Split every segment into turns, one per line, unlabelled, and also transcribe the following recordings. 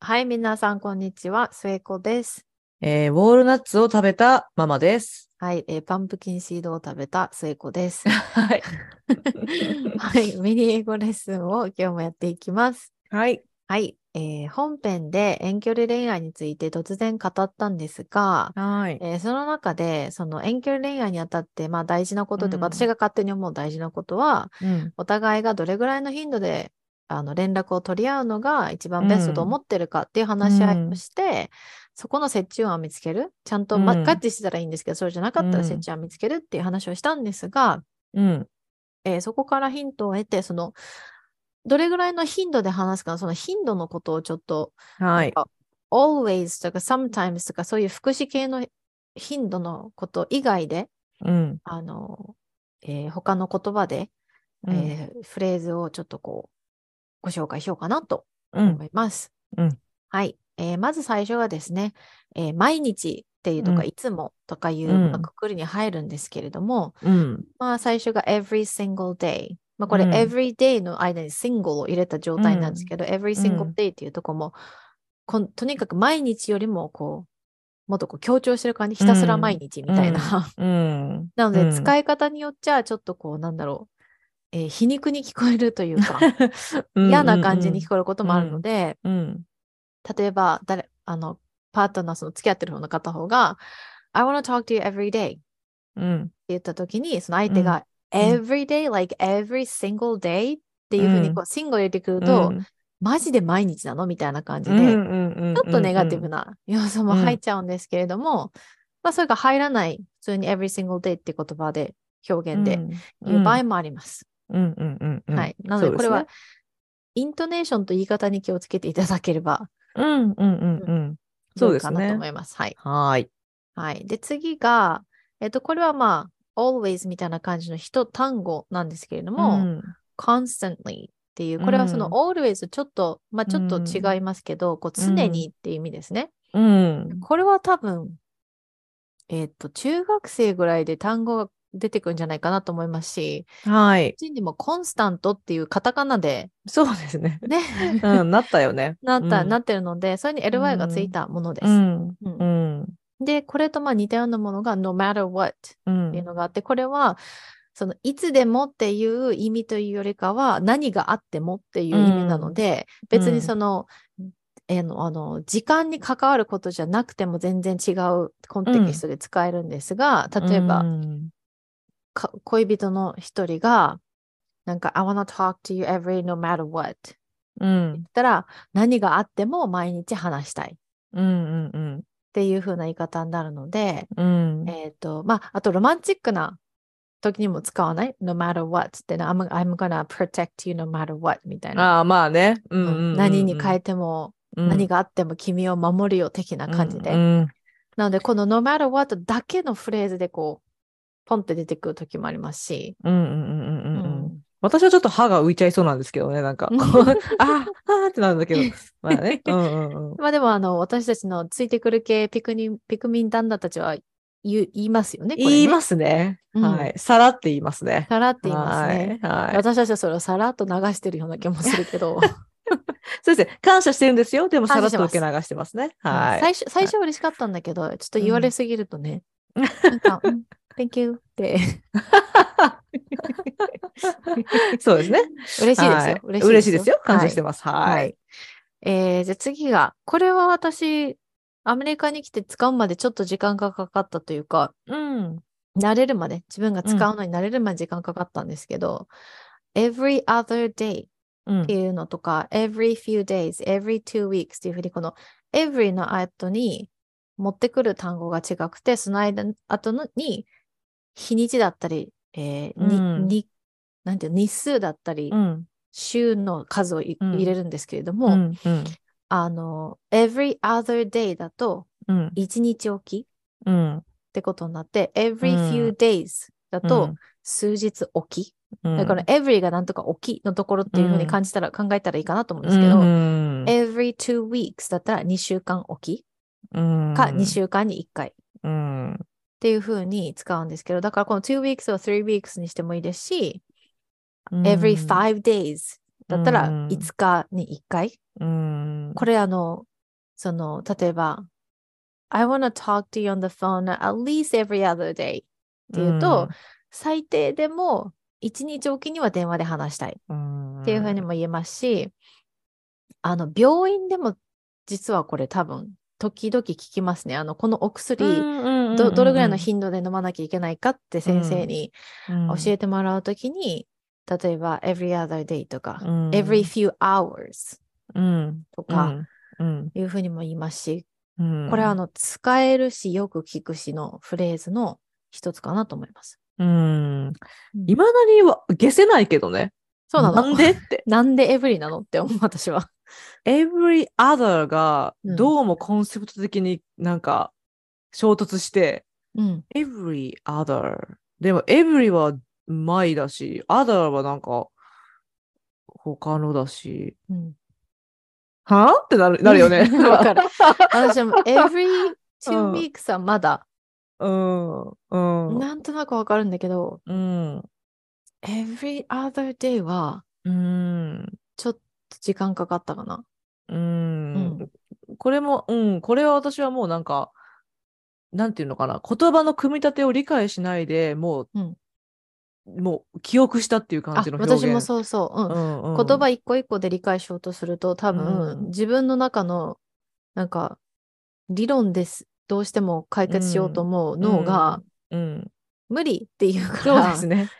はい、皆さん、こんにちは。末子です。
えーウォールナッツを食べたママです。
はい、えーパンプキンシードを食べた末子です。
はい。
はい、ミニ英語レッスンを今日もやっていきます。
はい。
はい、えー本編で遠距離恋愛について突然語ったんですが、
はい。
えーその中で、その遠距離恋愛にあたって、まあ大事なことというか、
うん
私が勝手に思う大事なことは、
うん。
お互いがどれぐらいの頻度であの連絡を取り合うのが一番ベストと
うん
思ってるかっていう話し合い
うん
をして、そこの折衷案を見つけるちゃんと、
う
ま、
ん
合致してたらいいんですけどそうじゃなかったら
うん
折衷案を見つけるっていう話をしたんですが、
うん。
えーそこからヒントを得てそのどれぐらいの頻度で話すかその頻度のことをちょっと
はい。
always とか sometimes とかそういう副詞系の頻度のこと以外で
うん。
あの、えー他の言葉で
うん
えーフレーズをちょっとこうご紹介しようかなと
うん
思。います。
うん
はい、えーまず最初がですね、えー毎日っていうとか、
うん
いつもとかいう、
うん
まあくくりに入るんですけれども、
うん。
まあ、最初が every single day。まあ、これ、
うん
every day の間に single を入れた状態なんですけど、every
う
single
ん
day っていうとこも、こんとにかく毎日よりもこう、もっとこう強調してる感じ、ひたすら毎日みたいな、
うん。
なので、
うん
使い方によっちゃ、ちょっとこう、なんだろう、えー皮肉に聞こえるという か、嫌な感じに聞こえることもあるので、
うん。
例えば、誰、あの、パートナー、その付き合ってる方の片方が、I wanna talk to you every day って
うん。
言った時に、その相手が、
ん
every day, like every single day っていうふうに、こう、シンゴ入れてくると、
うん、
マジで毎日なのみたいな感じ
うん
で、
うんうん
ちょっとネガティブな要素も入っちゃうんですけれども、まあ、それが入らない、普通に every single day って言葉で、表現で言う場合もあります。
うんうんうんうん。
はい。なので、これは、
そう
イントネーションと言い方に気をつけていただければ、
すね。うんうんうんうん。そうです
良いかなと
ね
思。います。はい。
はい。
はい。で、次が、えっと、これはまあ、always みたいな感じの一単語なんですけれども、
ん
constantly っていう、これはその
うん
always とちょっと、まあちょっと違いますけど、こう常にっていう意味ですね。
うん。
これは多分、えっと、中学生ぐらいで単語が出てくるんじゃないかなと思いますし、
はい。
人にもコンスタントっていうカタカナで、
そうですね。
ね、
うん。なったよね。
なった、
うん
なってるので、それに ly がついたものです。
うん。
うん
うん。
で、これとまあ似たようなものが no matter what
う。
っていうんのがあって、これはそのいつでもっていう意味というよりかは何があってもっていう意味なので、
うん
別
う
に
ん
その、えーのあの時間に関わることじゃなくても全然違うコンテキストで使えるんですが、例えば、
うん
か恋人の一人がなんか I wanna talk to you every no matter what って
うん
言。ったら何があっても毎日話したいっ
うんうん
ていう風な言い方になるので、
うん。
えっ、と、まあ、あとロマンチックな時にも使わない ?no matter what っての I'm, I'm gonna protect you no matter what みたいな。
ああ、まあね。う
うん
んうんうんうん、
何に変えても、何があっても君を守るよ的な感じで。
うん
なので、この no matter what だけのフレーズでこう、ポンって出てくる時もありますし。
うんうんうんうんうんうん
うん
私はちょっと歯が浮いちゃいそうなんですけどね、なんか。こうああ、ああってなるんだけど。 まあね。うんうんうん。
まあでも、あの、私たちのついてくる系ピクニピクミン旦那たちは言う言いますよね。これね
言いますね。
うん
はい。さらって言いますね。
さらって言いますね。
はい。はい。
私たちはそれをさらっと流してるような気もするけ ど。
そうですね。感謝してるんですよ。でもさ
感謝
らっ
して
と
ます
受け流してますね。
は
はいい。
最初、最初は嬉しかったんだけど、ちょっと言われすぎるとね、
うん
なんか、うん Thank you って、
そうですね。
嬉しいですよ。
はい
よ
嬉しいですよ。感謝してます。
はい。
はい。
えーじゃあ次が、これは私、アメリカに来て使うまでちょっと時間がかかったというか、
うん。
慣れるまで、自分が使
うん
うのに慣れるまで時間かかったんですけど、every other day
う
って
ん。
いうのとか、every few days, every two weeks っていうふうに、この every の後に持ってくる単語が違くて、その間後のに日にちだったり、えーに
うん
になんていうの日数だったり、
うん。
週の数をい、
うん
入れるんですけれど
う
も、
ん。うん。
あの、every other day だと
うん。
1日おきっ
うん。
てことになって、every
う
few days だと数日おき。
うん、
だから every がなんとかおきのところっていうふうに
うん
感じたら、考えたらいいかなと思うん
うん
ですけど、
うん、
every two weeks だったら2週間おきか
か
2、週間に1回っ
うん
ていう風に使うんですけど、だからこの2 weeks を3 weeks にしてもいいですし、
うん
every five days だったら
うん
5日に1回。
うん。
これあの、その、例えば、I wanna talk to you on the phone at least every other day っていうと、最低でも1日おきには電話で話したい
うん、
っていうふうにも言えますし、あの、病院でも実はこれ多分、時々聞きますね。あの、このお薬、
うん
どどれぐらいの頻度で飲まなきゃいけないかって先生に教えてもらうときに、例えば every other day とか、every few hours
うん
と
う
か
んうん
いうふうにも言いますし、
うん、
これはあの使えるしよく聞くしのフレーズの一つかなと思います。
うん。いまだには消せないけどね。
そうなの。
なんでって。
なんでエブリなのって思う私は。
every other が
うん
どうもコンセプト的になんか衝突して、
うん。
every other。でも every は前だし、other はなんか他のだし、
うん、
はぁってなるなるよね。
わかる。私も every
う
two
ん
weeks はまだ、
うん。うん。
なんとなくわかるんだけど、
うん。
every other day は
うん。
ちょっと時間かかったかな。
うん。これも、うん。これは私はもうなんか、なんていうのかな。言葉の組み立てを理解しないでもう、
うん
もう記憶したっていう感
あ
じの、表現。
私もそうそう。うん。
うんうん、
言葉一個一個で理解しようとすると多分、
うん
自分の中のなんか理論ですどうしても解決しようと思う脳が、
うん。
無理っていうか
そう
ら、
です ね。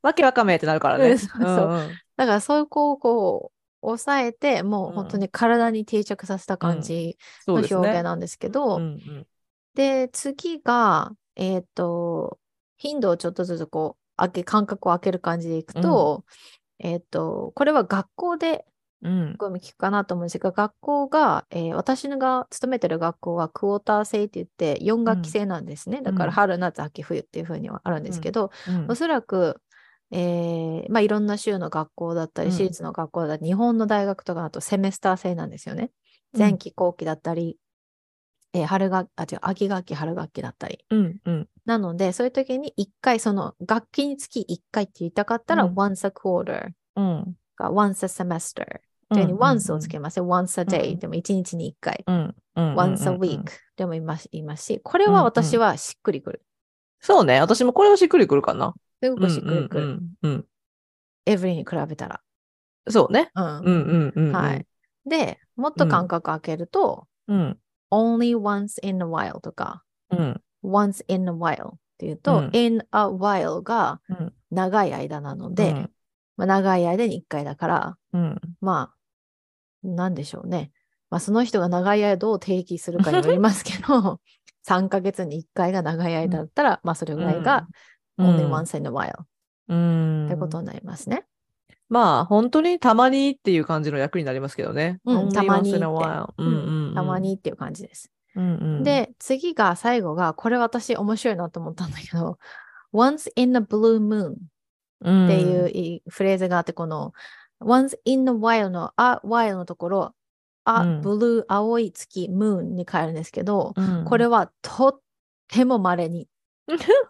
わけわかめってなるからね。
うんそうそうん
ん
だからそういう子をこう抑えてもう
うん
本当に体に定着させた感じ
そ
の
うで
表
すね。
現なんですけど、
うんうん
で次がえっ、と頻度をちょっとずつこう開け間隔を開ける感じでいくと、えっ、とこれは学校で
うん
ごみ聞くかなと思うんですが、学校が、えー私が勤めてる学校はクォーター制って言って4学期制なんですね。だか
うん
ら春、夏、秋、冬っていう風にはあるんですけど、
うん
おそらく、えーまあ、いろんな州の学校だったり、
うん
私立の学校だったり、日本の大学とかだとセメスター制なんですよね。
うん
前期後期だったり、えー春学あ違う秋学期、春学期だったり。
うんうん
なので、そういう時に1回、その学期につき1回って言いたかったら、
うん
once a quarter
うん
が once a semester。
うん
で、once をつけますね。once a
うん
day でも1日に1回。
うんうんうんうん
once a week でも言います言いますし、これは私はしっくりくる。
そうね。私もこれはしっくりくるかな。
すごくしっくりく
う
る。
んうんうん
every に比べたら。
そうね。
うん
うんうんうんうん。
はい。。で、もっと間隔空けると、
うん。
only once in a while とか、
うん。
once in a while っていうと、
うん
in a while が
うん
長い間なので、まあ、長い間に1回だから、
うん、
まあ、なんでしょうね。まあ、その人が長い間どう定義するかによりますけ ど、3ヶ月に1回が長い間だったら、まあ、それぐらいが、
うん
only once in a while
うん。
ってことになりますね。
まあ、本当にたまにっていう感じの役になりますけどね。
うん
Only
たまに
once in a
って
while うんうんうん
たま。にっていう感じです。
うんうん、
で、次が最後が、これ私面白いなと思ったんだけど、once in a blue moon
っ
っていういフレーズがあって、この once in a while の a while のところ、あ、
う
blue
ん
青い月 moon に変えるんですけど、
うん
これはとっても稀 に、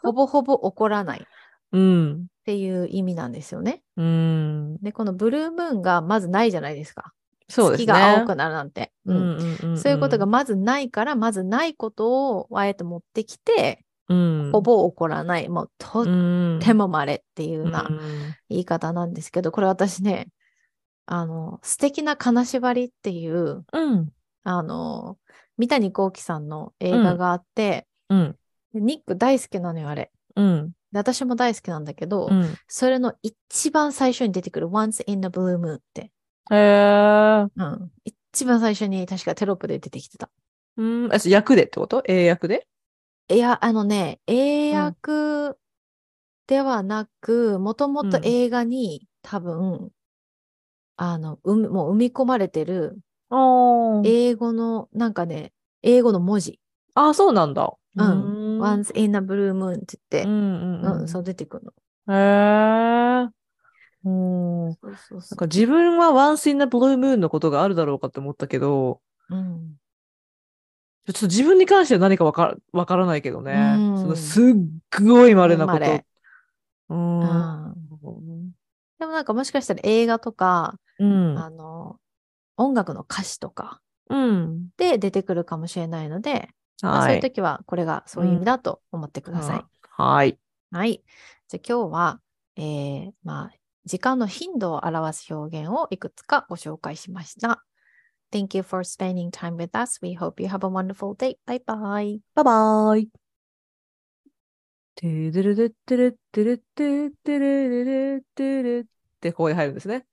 ほぼほぼ起こらないっ
うん。
ていう意味なんですよね。
うん。
で、このブルームーンがまずないじゃないですか。
そうです
月
ね。
が青くなるなんて。
う
うん
んうんうんん
そういうことが、まずないから、まずないことをあえて持ってきて、
うん、
ほぼ起こらない、もうとっても
も
稀っていうような言い方なんですけど、これ私ね、あの、素敵な金縛りっていう、
うん。
あの、三谷幸喜さんの映画があって、
うん。
でニック大好きなのよ、あれ。
うん。
で私も大好きなんだけど、
うん。
それの一番最初に出てくる Once in a Blue Moon って、
へえ。
うん、一番最初に確かテロップで出てきてた。
うん。え、役でってこと英訳で
いや、あのね、英
うん
訳ではなく、もともと
うん
映画に多分、あの、うみもう埋め込まれてる
ああ。
英語の、なんかね、英語の文字、
ああ、そうなんだ。
うん
う
Once in a Blue Moon って言って、
うんうん
うん、
うん。
そう出てくるの。
へえ。うん。なん
そうそうそ
か自分は Once in the Blue Moon のことがあるだろうかって思ったけど、
う。うん、
ちょっと自分に関しては何かわからわからないけどね。
うん
そのすっごい稀なこ
稀
と。うん。
うんでもなんかもしかしたら映画とか、
うん。
あの、音楽の歌詞とか
うん。
で出てくるかもしれないので、まあ
は
そういう
い。
時はこれがそういう意味だと思ってください。
はい。
はい。じゃあ今日は、えーまあ、時間の頻度を表す表現をいくつかご紹介しました。Thank you for spending time with us. We hope you have a wonderful day. Bye bye.
バイバイ。てれれれってれってれってれってれれれってれってこう入るんですね。